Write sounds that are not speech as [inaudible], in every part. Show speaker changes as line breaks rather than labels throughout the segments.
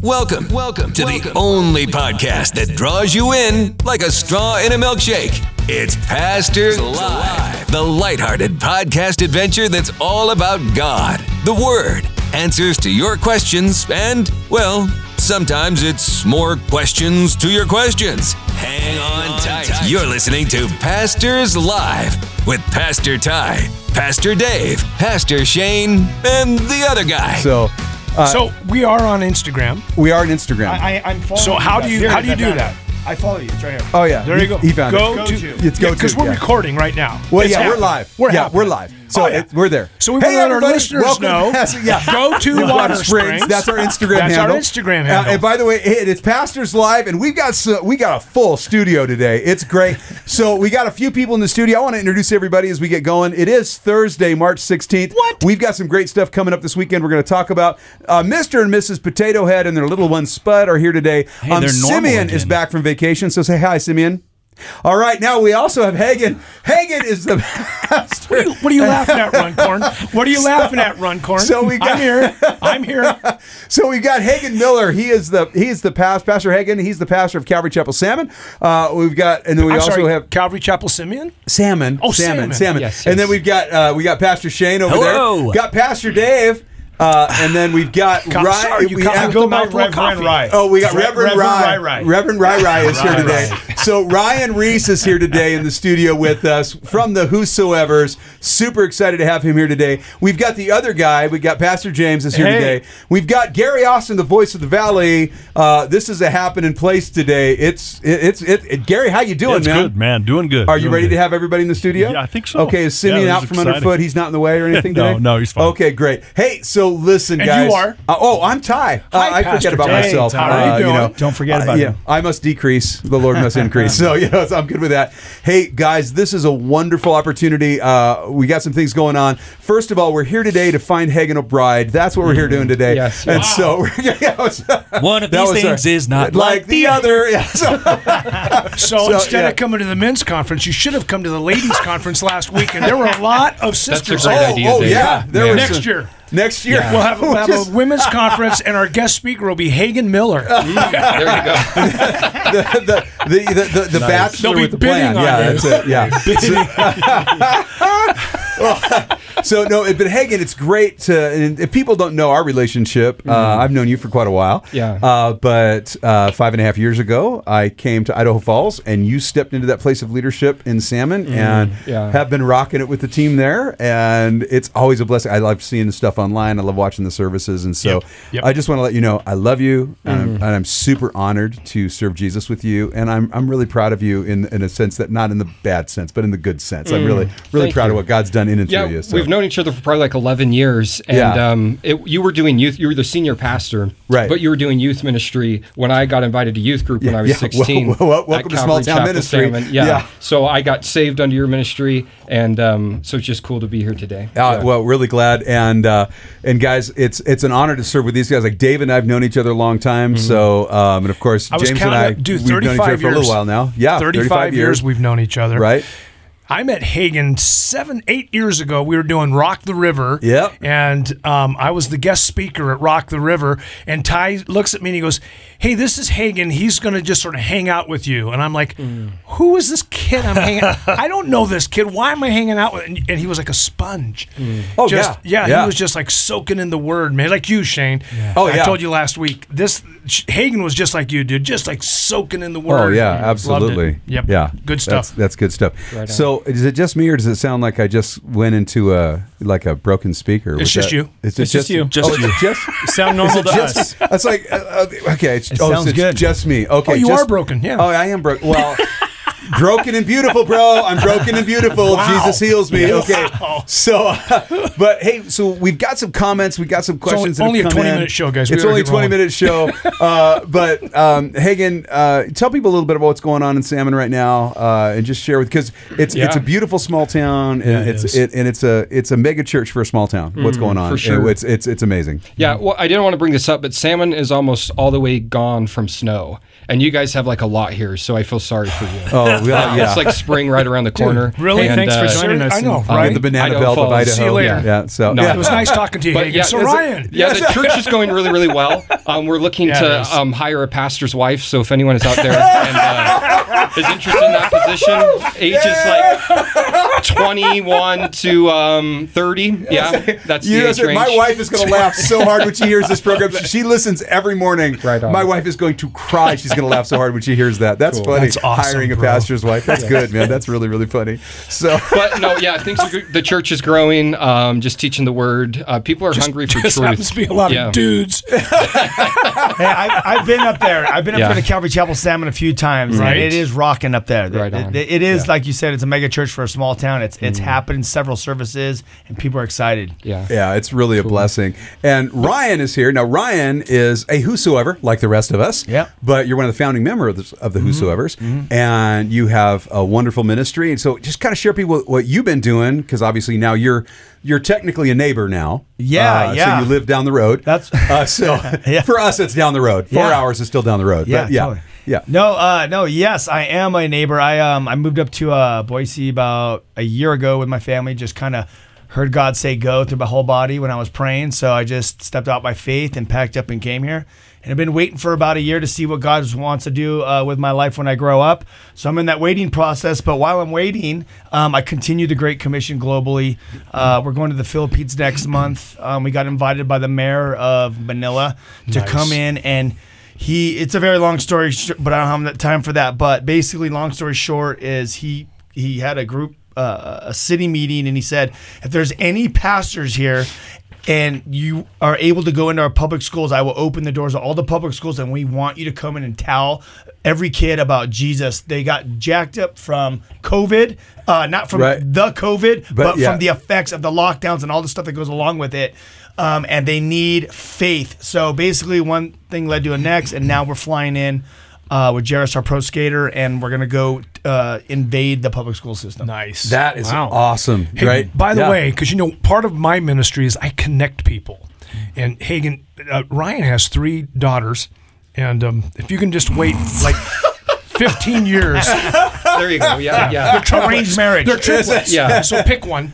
Welcome, welcome to the only podcast that draws you in like a straw in a milkshake. It's Pastors Live, the lighthearted podcast adventure that's all about God, the Word, answers to your questions, and, well, sometimes it's more questions to your questions. Hang on tight. You're listening to Pastors Live with Pastor Ty, Pastor Dave, Pastor Shane, and the other guy.
So
So we are on Instagram.
we are on Instagram.
I, I'm following.
So how
guys.
do you-
Here,
how do you
I
do
found
that?
it. I follow you. It's right here.
oh yeah,
There
he,
you go.
He found
go
it.
To,
to.
It's go
because
to,
we're
yeah.
recording right now.
Well,
It's
yeah,
happening.
we're live.
We're
yeah,
happening.
we're live. So
Oh, yeah.
it, we're there.
So we
hey,
want to let our
everybody,
listeners
welcome
know.
To [laughs] Pastor, yeah,
Go to
Water
Water Springs.
That's our Instagram
That's
handle.
our Instagram
Uh,
handle.
and by the way, it- it's Pastors Live, and we've got so, we got a full studio today. It's great. so we got a few people in the studio. I want to introduce everybody as we get going. It is Thursday, March 16th.
What?
We've got some great stuff coming up this weekend. We're going to talk about uh, Mr. and Mrs. Potato Head and their little one Spud are here today. Hey,
they're normal
Simeon is
again.
back from vacation, so say hi, Simeon. All right, now we also have Hagen. Hagen is the [laughs] pastor.
What are you- What are [laughs] you laughing at, Runcorn? What are [laughs] you laughing at, Runcorn?
so we got-
I'm here. [laughs] I'm here.
So we've got Hagen Miller. He is the he is the past pastor Hagen. He's the pastor of Calvary Chapel Salmon. Uh, we've got and then we
I'm
also
sorry.
have
Calvary Chapel Simeon.
salmon.
Oh,
salmon,
salmon.
salmon.
Yes,
And
yes.
then we've got uh, we got Pastor Shane over
Hello.
there. Got Pastor Dave. Uh, and then we've got
God,
Ry-
sorry, you
we
caught me
have-
with the
by
mouthful of
Reverend
coffee.
Rye.
Oh, we got
Re-
Reverend, Rye.
Rye.
Reverend Rye Rye is here
Rye
today. So Ryan Reese is here today in the studio with us from the Whosoever's. Super excited to have him here today. We've got the other guy. We got Pastor James is here
Hey.
today. We've got Gary Austin, the voice of the valley. Uh, this is a happening place today. It's it, it's it, it- Gary. How you doing,
That's
man?
good, man. Doing good.
Are you
Doing
ready
good.
to have everybody in the studio?
Yeah, I think so.
Okay, is Simeon
Yeah,
out
this
from
is exciting.
underfoot? He's not in the
[laughs]
way or anything
No,
today?
no, he's fine.
Okay, great. Hey, so listen,
And
guys.
you are?
Uh, oh, I'm Ty. Uh,
Hi,
I
Pastor
forget about
Ty.
myself.
Hey, Ty, how
Uh,
you doing?
know,
Don't forget
uh,
about
yeah,
him.
I must decrease. The Lord must
[laughs]
increase. So, [laughs] you know, so I'm good with that. Hey, guys, this is a wonderful opportunity. Uh, we got some things going on. First of all, we're here today to find Hagen a bride. That's what we're
Mm,
here doing today.
Yes,
And
yes.
so, [laughs] yeah,
One of these things is not
like
like
the
the
other. [laughs] Yeah, so-
So,
So,
instead
yeah.
of coming to the men's conference, you should have come to the ladies' [laughs] conference last week, and there were a lot of sisters.
great
there.
oh,
idea,
oh,
Dave.
yeah. There
Yeah.
was
Next
some-
year.
Next year. [laughs]
We'll have, we'll have
Just-
a women's conference, and our guest speaker will be Hagen [laughs] Miller.
the the the, the, the bachelor
They'll be
with the plan.
bidding on
yeah,
you.
that's it. Yeah. so, [laughs]
[laughs]
so no, it- but Hagen, it's great to. And if people don't know our relationship, uh,
Mm-hmm.
I've known you for quite a while.
Yeah.
Uh, but uh, five and a half years ago, I came to Idaho Falls, and you stepped into that place of leadership in Salmon,
Mm-hmm.
and
yeah.
have been rocking it with the team there. And it's always a blessing. I love seeing the stuff online. I love watching the services, and so
Yep. Yep. Mm-hmm.
I just want to let you know I love you, and, I'm, and I'm super honored to serve Jesus with you, and I'm, I'm really proud of you in in a sense that not in the bad sense, but in the good sense. I'm really
Mm.
really
Thank
proud of
you.
what God's done in and
Yeah,
through you. so.
we've known each other for probably like 11 years. And
Yeah.
um, it, you were doing youth, you were the senior pastor,
Right.
but you were doing youth ministry when I got invited to youth group when
Yeah,
I was
yeah. [laughs]
16.
Well, well,
at
welcome to
Calvary
small town
Chapel
ministry.
Salmon. Yeah.
Yeah.
So I got saved under your ministry. And um, so it's just cool to be here today.
Uh, well, really glad, and uh, and guys, it's it's an honor to serve with these guys. Like Dave and I have known each other a long time, so um, and of course
Mm-hmm. I was
James and
counting
I,
up, dude,
we've known each other
35
for a little
years.
while now. Yeah,
35, years we've known each other.
right?
I met Hagen seven, eight years ago. We were doing Rock the River.
Yep.
And um, I was the guest speaker at Rock the River. And Ty looks at me and he goes, Hey, this is Hagen. He's going to just sort of hang out with you. And I'm like, Who is this kid
[laughs]
I'm hanging I don't know this kid. Why am I hanging out with And, and he was like a sponge.
Oh,
just,
yeah.
yeah.
Yeah.
He was just like soaking in the word, man. Like you, Shane.
Oh,
I
yeah.
told you last week. This Hagen was just like you, dude. Just like soaking in the word.
Oh yeah,
Loved it. [laughs]
absolutely.
Yep.
Yeah.
Good stuff.
That's, that's good stuff. so, is it just me, or does it sound like I just went into a like a broken speaker? Was
just
that-
you.
It's,
It's just you.
Just you. Just.
Sound normal to
just-
us.
That's like uh, uh, okay. It's,
It
oh,
sounds
it's
good.
Just me. Okay.
Oh, you
just-
are broken, yeah.
Oh, I am broken.
[laughs]
Well. Broken and beautiful, bro. I'm broken and beautiful.
Wow.
Jesus heals me.
Yeah.
Okay,
Wow.
so, [laughs] uh, but hey, so we've got some comments. We got some questions. that have
only a
come
20
in.
minute show, guys. We
It's
gotta
only
get
20
rolling.
minute
[laughs]
show. Uh, but um, Hagen, uh, tell people a little bit about what's going on in Salmon right now, uh, and just share with because it's it's
Yeah.
a beautiful small town, and
it
it's
is. Mm,
it, and it's a it's a mega church for a small town. what's going on?
for sure.
It's it's it's amazing.
Yeah, well, I didn't want to bring this up, but salmon is almost all the way gone from snow, and you guys have like a lot here, so I feel sorry for you.
Oh well, yeah.
[laughs]
[laughs] It's like spring right around the corner.
really?
And,
Thanks for
uh,
joining us. I know,
You
right?
get the banana
Idaho
belt of
Falls.
Idaho.
See you later.
Yeah. so
No.
yeah.
It was nice talking to you, Hagen. so
it's-
Ryan,
Yeah, the church is going really, really well. Um, we're looking
Yeah, it is.
to um, hire a pastor's wife. So if anyone is out there and uh, is interested in that position, age is like 21 to um, 30. Yeah, that's
You
the
know,
age
sir,
range.
my wife is going to laugh so hard when she hears this [laughs] program. She listens every morning.
Right on.
My wife is going to cry. She's going to laugh so hard when she hears that. That's funny.
That's awesome,
Hiring a
bro.
pastor's wife. That's good, man. That's really, really funny. So
But no, yeah, things are good. The church is growing. Um, just teaching the word. Uh, people are hungry for
just
truth.
happens to be a lot
Yeah.
of dudes.
Hey, I, I've been up there. I've been up
Yeah.
there to Calvary Chapel Salmon a few times.
Right.
And it is rocking up there.
Right
It-
on.
it- it is, like you said, it's a mega church for a small town. It's
Mm.
it's happened in several services, and people are excited.
Yeah.
yeah, it's really a blessing. And Ryan is here now. Ryan is a whosoever, like the rest of us.
Yeah. Mm-hmm.
But you're one of the founding members of the Whosoever's, and you have a wonderful ministry. And so, just kind of share with people what you've been doing, because obviously now you're you're technically a neighbor now.
Yeah,
Uh,
yeah.
So you live down the road.
That's- [laughs]
uh, so
Yeah.
for us, it's down the road. Four
Yeah.
hours is still down the road.
Yeah,
But yeah,
totally.
yeah.
No, uh, no. Yes, I am a neighbor. I um, I moved up to uh, Boise about a year ago with my family. Just kind of heard God say go through my whole body when I was praying. So I just stepped out by faith and packed up and came here. And I've been waiting for about a year to see what God wants to do uh, with my life when I grow up. So I'm in that waiting process. But while I'm waiting, um, I continue the Great Commission globally. Uh, we're going to the Philippines next month. Um, we got invited by the mayor of Manila to
Nice.
come in and he it's a very long story sh- but i don't have that time for that but basically long story short is he he had a group uh, a city meeting and he said if there's any pastors here and you are able to go into our public schools i will open the doors of all the public schools and we want you to come in and tell every kid about jesus they got jacked up from covid uh, not from
Right.
the covid but,
yeah.
from the effects of the lockdowns and all the stuff that goes along with it. Um, and they need faith. So basically, one thing led to a next, and now we're flying in uh, with Jairus, our pro skater, and we're going to go uh, invade the public school
[laughs]
system.
Nice.
That is
Wow.
awesome,
Hey,
right?
By the
Yeah.
way, because you know, part of my ministry is I connect people. And Hagen, uh, Ryan has three daughters, and um, if you can just wait like 15 years,
There you go.
[laughs]
Yeah, yeah.
Arranged marriage.
they're triplets.
Yeah.
So pick one.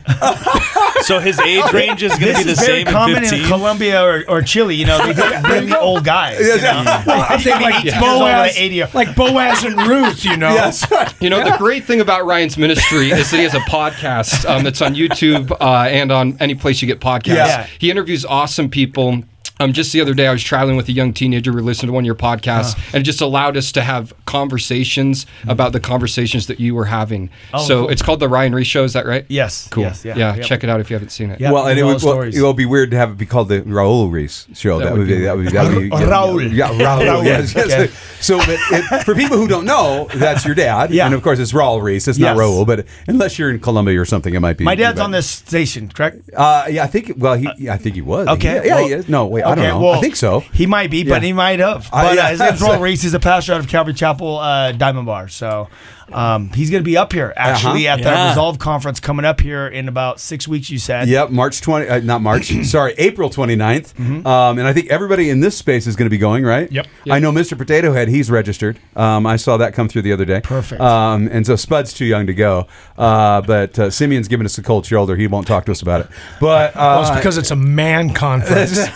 So his age range is going to
This
be the
is very
same in
common
15.
in Colombia or, or Chile. You know, they get
[laughs]
really old guys. You know? [laughs]
I think like
Yeah.
Boaz,
Yeah.
like Boaz and Ruth, you know.
yes,
You know, the great thing about Ryan's ministry is that he has a podcast um, that's on YouTube uh, and on any place you get podcasts.
Yeah.
He interviews awesome people. Um, just the other day, I was traveling with a young teenager. We listened to one of your
Uh.
podcasts, and it just allowed us to have conversations about the conversations that you were having. so
Oh, cool.
it's called the Ryan Reese Show. Is that right?
Yes,
Cool.
yes, yeah, yep.
Check it out if you haven't seen it.
Yeah.
well, and it
all
would, well,
stories.
it would be weird to have it be called the Raul Reese show. That, would be, that would be, that would be
Ra-
yeah,
[laughs] Raul.
Yeah, Raul.
Raul,
Yes, yes.
okay.
So, but it, for people who don't know, that's your dad.
Yeah.
And of course, it's Raul Reese. It's not
Yes.
Raul, but unless you're in Colombia or something, it might be.
My dad's
but-
on this station, correct?
Uh, yeah, I think. Well, he. Yeah, I think he was.
Okay.
Yeah. yeah,
well-
he is. No, wait. I don't
okay,
know. I
well,
think so.
He might be, but
Yeah.
he might have.
Uh,
But uh,
yeah. [laughs]
his name's Ron Reese. He's a pastor out of Calvary Chapel uh, Diamond Bar. So um, he's going to be up here actually
Uh-huh.
at
Yeah.
the Resolve conference coming up here in about six weeks. You said.
Yep, March 20, uh, not
[clears throat]
March, sorry, April 29th. Um, and I think everybody in this space is going to be going, right?
Mm-hmm. Yep.
I know Mr. Potato Head, he's registered. Um, I saw that come through the other day.
Perfect.
Um, and so Spud's too young to go. Uh, but uh, Simeon's giving us a cold shoulder. He won't talk to us about it. But uh,
Well, it's because it's a man conference.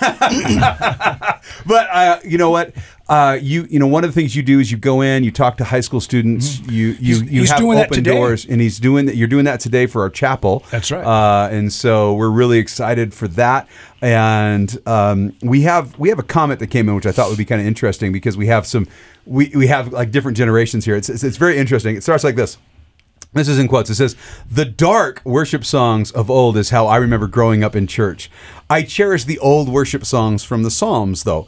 but uh, you know what? Uh, you you know one of the things you do is you go in, you talk to high school students, you you you
Mm-hmm. he's
have
doing that
open
today.
doors, and he's doing that. You're doing that today for our chapel.
That's right.
Uh, and so we're really excited for that. And um, we have we have a comment that came in, which I thought would be kind of interesting because we have some we we have like different generations here. It's it's, it's very interesting. It starts like this. This is in quotes. It says, The dark worship songs of old is how I remember growing up in church. I cherish the old worship songs from the Psalms, though.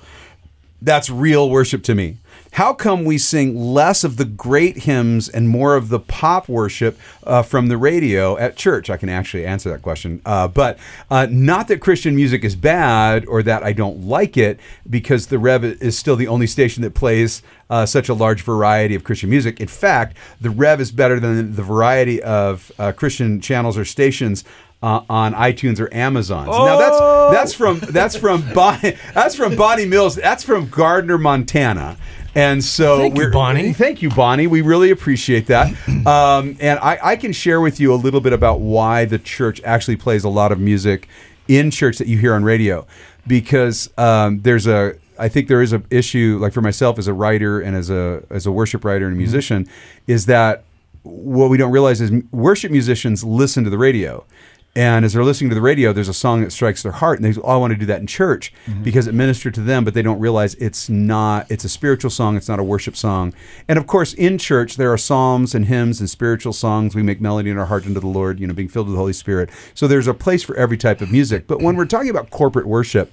That's real worship to me. How come we sing less of the great hymns and more of the pop worship uh, from the radio at church? I can actually answer that question. Uh, but uh, not that Christian music is bad or that I don't like it, because the Rev is still the only station that plays uh, such a large variety of Christian music. In fact, the Rev is better than the variety of uh, Christian channels or stations uh, on iTunes or Amazon. So Now that's
Oh!
that's from that's
[laughs]
from Bonnie that's from Bonnie Mills. That's from Gardner, Montana. And so
Thank you,
we're-
Bonnie.
Thank you, Bonnie. We really appreciate
[clears throat]
that. Um, and I, I can share with you a little bit about why the church actually plays a lot of music in church that you hear on radio, because um, there's a I think there is a issue like for myself as a writer and as a as a worship writer
Mm-hmm.
and a musician, is that what we don't realize is m- worship musicians listen to the radio. And as they're listening to the radio, there's a song that strikes their heart, and they all want to do that in church because it ministered to them, but they don't realize it's not, it's a spiritual song, it's not a worship song. And of course, in church, there are psalms and hymns and spiritual songs. We make melody in our heart unto the Lord, you know, being filled with the Holy Spirit. So there's a place for every type of music. But when we're talking about corporate worship,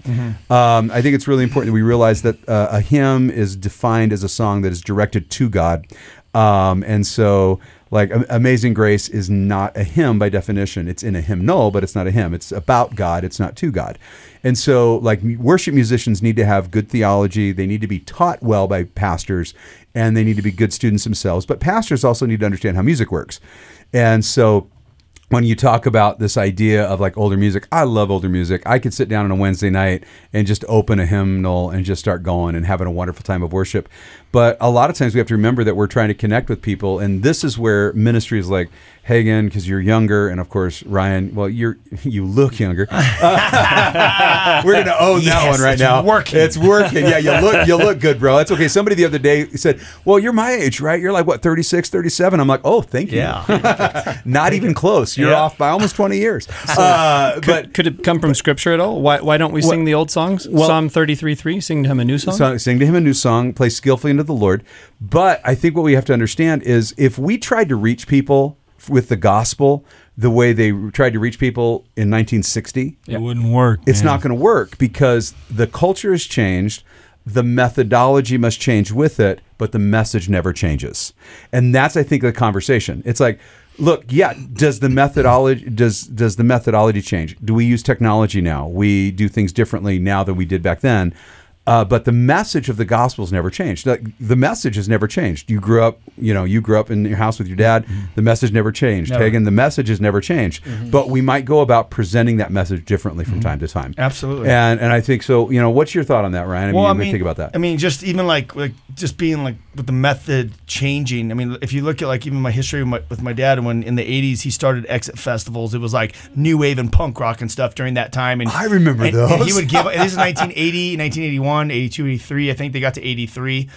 um, I think it's really important that we realize that uh, a hymn is defined as a song that is directed to God. Um, and so, like, Am- Amazing Grace is not a hymn by definition. It's in a hymnal, but it's not a hymn. It's about God, it's not to God. And so, like, m- worship musicians need to have good theology. They need to be taught well by pastors, and they need to be good students themselves. But pastors also need to understand how music works. And so, when you talk about this idea of like older music, I love older music. I could sit down on a Wednesday night and just open a hymnal and just start going and having a wonderful time of worship. But a lot of times we have to remember that we're trying to connect with people, and this is where ministry is like Hagen, because you're younger, and of course Ryan. Well, you're [laughs] you look younger. We're gonna own that
Yes,
one right
it's
now.
working.
It's working. Yeah, you look you look good, bro. That's okay. Somebody the other day said, "Well, you're my age, right? You're like what 36, 37." I'm like, "Oh, thank you." [laughs] Not even close. You're
Yeah.
off by almost 20 years. Uh, but
Could it come from scripture at all? Why, why don't we sing the old songs? Psalm 33 3, sing to him a new song?
song, sing to him a new song, play skillfully unto the Lord. But I think what we have to understand is if we tried to reach people f- with the gospel the way they tried to reach people in 1960,
It wouldn't work.
it's not going to work because the culture has changed. The methodology must change with it, but the message never changes. And that's, I think, the conversation. It's like, look, yeah, does the methodology does does the methodology change? Do we use technology now? We do things differently now than we did back then. Uh, but the message of the gospel's never changed. Like, the message has never changed. You grew up, you know, you grew up in your house with your dad. The message Mm-hmm. never Mm-hmm. changed. Hagen, the message has never changed. But we might go about presenting that message differently from time to time.
Absolutely.
And and I think so. You know, what's your thought on that, Ryan? I mean, what do you think about that.
I mean, just even like like just being like with the method changing. I mean, if you look at like even my history with my, with my dad, when in the '80s he started exit festivals, it was like new wave and punk rock and stuff during that time. And
I remember
and, and
those.
he would give. and
[laughs]
This is 1980, 1981, 82, 83. I think they got to 83,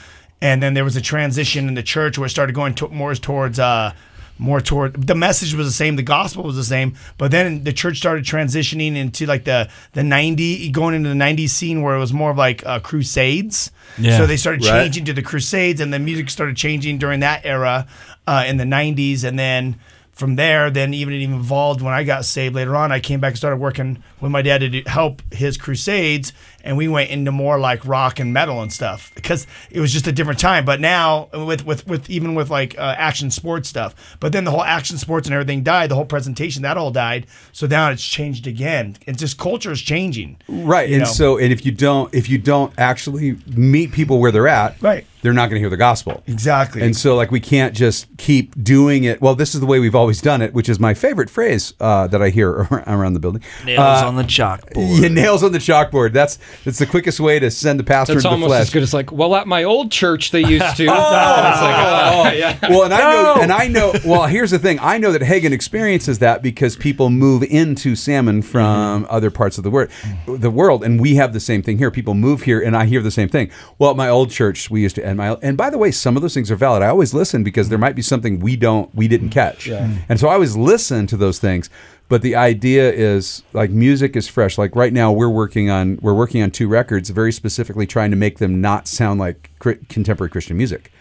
and then there was a transition in the church where it started going to, more towards. uh more toward the message was the same, the gospel was the same, but then the church started transitioning into like the the ninety going into the '90s scene where it was more of like uh, crusades.
Yeah.
So they started
Right.
changing to the crusades, and the music started changing during that era uh, in the '90s, and then. From there, then even it even evolved when I got saved later on. I came back and started working with my dad to do, help his crusades, and we went into more like rock and metal and stuff because it was just a different time. But now with with with even with like uh, action sports stuff, but then the whole action sports and everything died. The whole presentation that all died. So now it's changed again. It's just culture is changing.
right.
you
And
know.
so, and if you don't, if you don't actually meet people where they're at,
Right.
they're not going to hear the gospel.
Exactly.
And so, like, we can't just keep doing it. Well, this is the way we've always done it, which is my favorite phrase uh, that I hear [laughs] around the building. Uh,
Nails on the chalkboard.
[laughs] Yeah, nails on the chalkboard. That's that's the quickest way to send the pastor
That's
to the
almost
flesh.
as good as like, well, at my old church they used
[laughs]
to. And it's like, oh, yeah.
well, and I know, and I know. Well, here's the thing: I know that Hagen experiences that because people move into salmon
Mm-hmm.
from other parts of the world, the world, and we have the same thing here. People move here, and I hear the same thing. Well, at my old church, we used to, and my, and by the way, some of those things are valid. I always listen because there might be something we don't, we didn't catch, and so I always listen to those things. But the idea is like music is fresh. Like right now, we're working on we're working on two records, very specifically trying to make them not sound like cri- contemporary Christian music.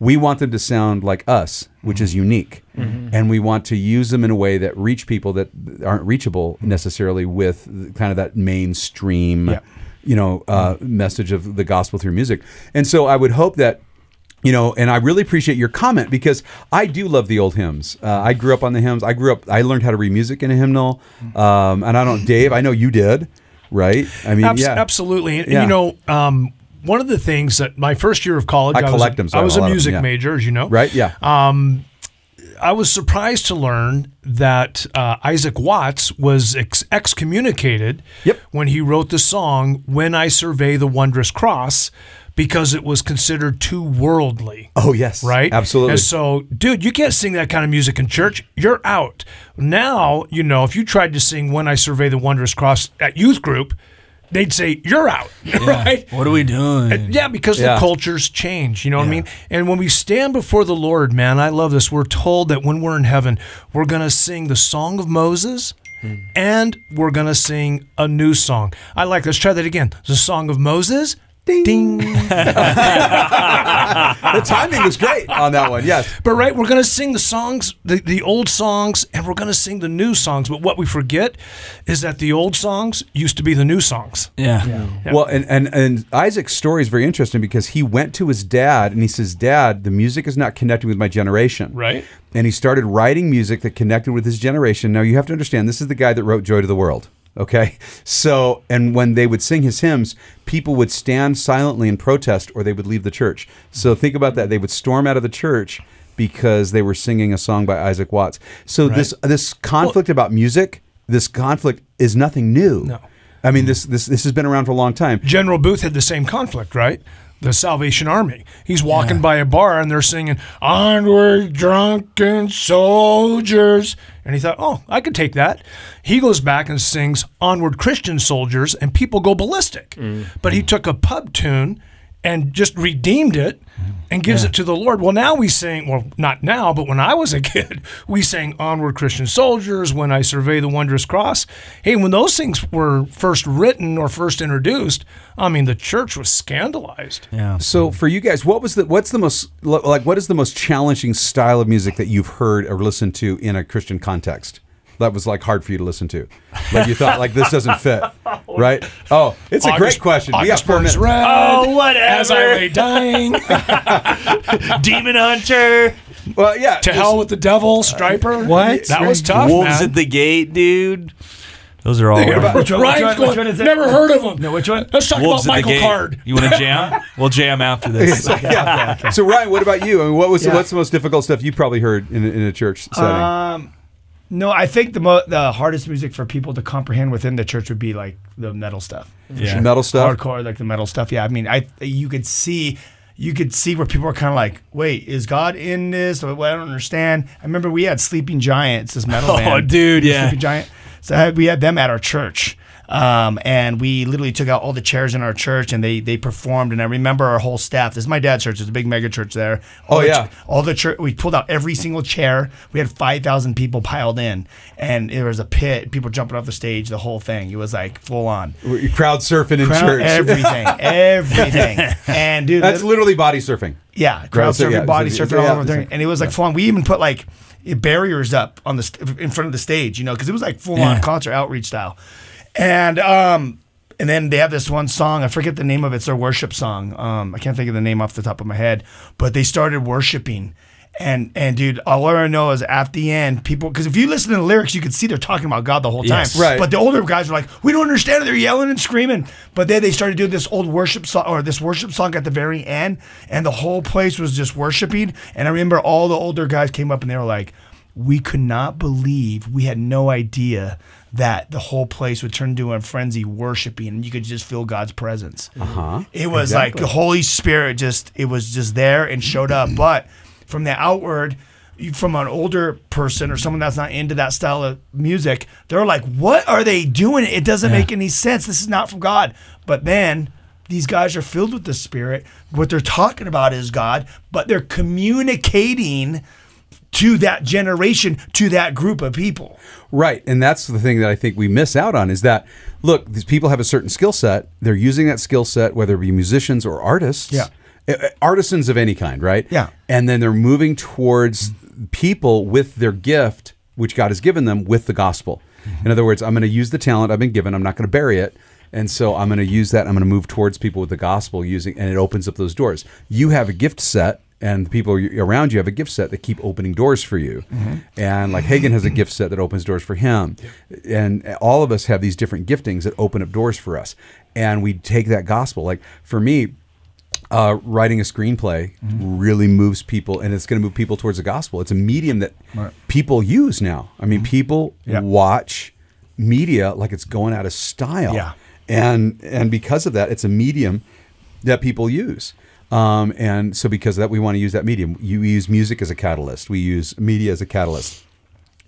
We want them to sound like us, which is unique, and we want to use them in a way that reach people that aren't reachable necessarily with kind of that mainstream, you know, uh, message of the gospel through music. And so I would hope that you know, and I really appreciate your comment because I do love the old hymns. Uh, I grew up on the hymns. I grew up. I learned how to read music in a hymnal, um, and I don't. Dave, I know you did, right? I mean,
Abs-
yeah,
Absolutely. And, and
Yeah.
you know, um, one of the things that my first year of college,
I
was
collect
a-
them, so I
I
have
was
a
a
lot of them,
music
yeah.
major, as you know.
right? Yeah,
I was surprised to learn that uh, Isaac Watts was ex- excommunicated
Yep.
when he wrote the song "When I Survey the Wondrous Cross" because it was considered too worldly.
Oh yes,
right?
Absolutely.
And so, dude, you can't sing that kind of music in church. You're out. Now, you know, if you tried to sing When I Survey the Wondrous Cross at youth group, they'd say, You're out, [laughs] right?
What are we doing?
Yeah, because
Yeah.
the cultures change. You know what I mean? And when we stand before the Lord, man, I love this. We're told that when we're in heaven, we're going to sing the song of Moses
Hmm.
and we're going to sing a new song. I like Let's try that again. The song of Moses. Ding.
the timing was great on that one. Yes.
But right, we're going to sing the songs, the, the old songs, and we're going to sing the new songs. But what we forget is that the old songs used to be the new songs.
Yeah.
Well, and, and and Isaac's story is very interesting because he went to his dad and he says, "Dad, the music is not connecting with my generation."
Right.
And he started writing music that connected with his generation. Now you have to understand, this is the guy that wrote "Joy to the World." Okay. So, and when they would sing his hymns, people would stand silently in protest, or they would leave the church. So think about that. They would storm out of the church because they were singing a song by Isaac Watts. So this this conflict about music, this conflict is nothing new.
No.
I mean, this this this has been around for a long time.
General Booth had the same conflict, right? The Salvation Army. He's walking by a bar and they're singing, Onward, drunken soldiers. And he thought, oh, I could take that. He goes back and sings Onward, Christian Soldiers, and people go ballistic. But he took a pub tune and just redeemed it
Mm-hmm.
and gives it to the Lord. Well, now we sing, well, not now, but when I was a [laughs] kid, we sang Onward Christian Soldiers, When I Survey the Wondrous Cross. Hey, when those things were first written or first introduced, I mean, the church was scandalized.
Yeah.
So for you guys, what was the what's the most like what is the most challenging style of music that you've heard or listened to in a Christian context? That was like hard for you to listen to, like you thought like this doesn't fit,
[laughs]
right? Oh, it's a great
August-
question. we got
August
four minutes.
burns red
Oh, whatever.
As I lay dying,
Demon Hunter.
Well,
[laughs]
yeah.
to hell with the
[laughs]
devil,
Uh,
Striper.
What?
That was tough.
Wolves
man.
at the gate, dude. Those are
[laughs]
all.
Ryan's
one- which one- which one is
going,
it?
never heard of him.
No, which one?
Let's talk
Wolves
about
at the
Michael
gate.
Card.
You want to jam? we'll jam after
[laughs]
this.
yeah. So Ryan, what about you? I mean, what was what's the most difficult stuff you probably heard in, a- in a church setting?
No, I think the mo- the hardest music for people to comprehend within the church would be like the metal stuff.
Yeah.
Metal stuff.
hardcore like the metal stuff yeah i mean i you could see you could see where people are kind of like wait is god in this Well, i don't understand i remember we had sleeping giants
[laughs]
this metal
Oh,
band.
dude, yeah.
sleeping giant so I had- we had them at our church um, and we literally took out all the chairs in our church and they they performed and i remember our whole staff this is my dad's church it's a big mega church there all
Oh,
the
yeah.
ch- all the church we pulled out every single chair we had 5000 people piled in and there was a pit people jumping off the stage the whole thing it was like full on
Crowd surfing in
Crown-
church.
Everything, everything. and
[laughs]
dude,
That's
lit-
literally body surfing.
yeah,
Crowd
crowd
surf-
surfing,
yeah,
body
it's a-
surfing, all
yeah,
over
it's a-
there. And it was like full on. We even put like barriers up on the st- in front of the stage, you know, because it was like full on
Yeah.
concert outreach style. And um, and then they have this one song. I forget the name of it. It's their worship song. Um, I can't think of the name off the top of my head. But they started worshiping. And, and dude, all I know is at the end, people because if you listen to the lyrics, you could see they're talking about God the whole time.
Yes.
Right.
But the older guys were like, we don't understand it. They're yelling and screaming. But then they started doing this old worship song or this worship song at the very end, and the whole place was just worshiping. And I remember all the older guys came up and they were like, we could not believe we had no idea that the whole place would turn into a frenzy worshiping and you could just feel God's presence. Uh-huh. It was like the Holy Spirit just it was just there and showed up. But from the outward you- from an older person or someone that's not into that style of music, they're like, "What are they doing? It doesn't make any sense. This is not from God." But then these guys are filled with the Spirit. What they're talking about is God, but they're communicating to that generation, to that group of people.
Right, and that's the thing that I think we miss out on is that look, these people have a certain skill set. They're using that skill set, whether it be musicians or artists,
Yeah.
Uh, uh, artisans of any kind, right?
Yeah.
and then they're moving towards people with their gift, which God has given them, with the gospel. In other words, I'm going to use the talent I've been given. I'm not going to bury it. And so I'm going to use that. I'm going to move towards people with the gospel using, and it opens up those doors. You have a gift set, and the people you- around you have a gift set that keep opening doors for you. And like Hagen has a gift set that opens doors for him. And all of us have these different giftings that open up doors for us. And we take that gospel. Like for me, uh, writing a screenplay
Mm-hmm.
really moves people, and it's going to move people towards the gospel. It's a medium that people use now. I mean, people
Mm-hmm. Yeah.
watch media like it's going out of style,
Yeah.
and and because of that, it's a medium that people use. Um, and so, because of that, we want to use that medium. You use music as a catalyst. We use media as a catalyst.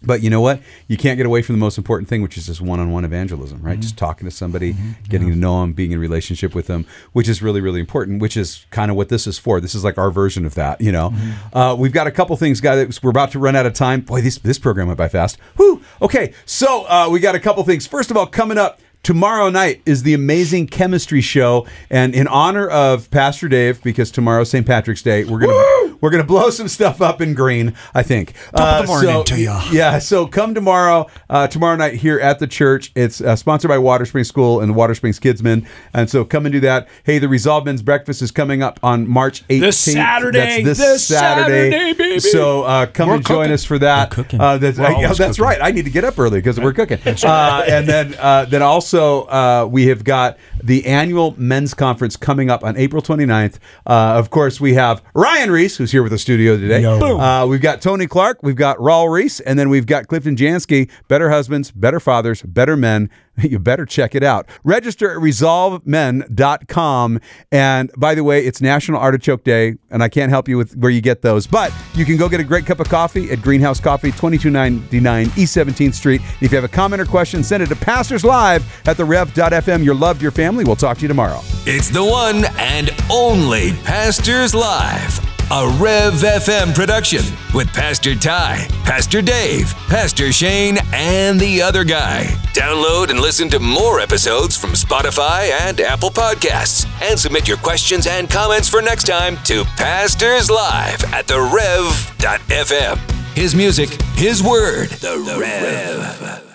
But you know what? You can't get away from the most important thing, which is just one-on-one evangelism, right? Just talking to somebody, getting to know them, being in relationship with them, which is really, really important. Which is kind of what this is for. This is like our version of that. You know, uh, we've got a couple things, guys. We're about to run out of time. Boy, this this program went by fast. Whew. Okay, so uh, we got a couple things. First of all, coming up. Tomorrow night is the amazing chemistry show, and in honor of Pastor Dave, because tomorrow's St. Patrick's Day, we're gonna we're gonna blow some stuff up in green. I think. Uh,
Top of the morning to ya.
Yeah, so come tomorrow, uh, tomorrow night here at the church. It's uh, sponsored by Water Springs School and the Water Springs Kidsmen, and so come and do that. Hey, the Resolve Men's Breakfast is coming up on March 18th.
This Saturday,
That's this,
this
Saturday,
Saturday, baby.
So uh, come and join
cooking.
us for that.
We're cooking.
Uh, that's
We're
I-
always
yeah, that's
cooking.
right. I need to get up early because we're cooking. Uh, and then, uh, then also uh, we have got the annual men's conference coming up on April 29th. Uh, of course, we have Ryan Reese who's here with the studio today. Uh, we've got Tony Clark, we've got Raul Reese, and then we've got Clifton Jansky. Better husbands, better fathers, better men. [laughs] You better check it out. Register at resolvemen.com. And by the way, it's National Artichoke Day, and I can't help you with where you get those, but you can go get a great cup of coffee at Greenhouse Coffee, 2299 East 17th Street. If you have a comment or question, send it to pastorslive at therev.fm. You're loved, your family. We'll talk to you tomorrow.
It's the one and only Pastors Live, a Rev FM production with Pastor Ty, Pastor Dave, Pastor Shane, and the other guy. Download and listen to more episodes from Spotify and Apple Podcasts, and submit your questions and comments for next time to Pastors Live at therev.fm. His music, his word, the, Rev.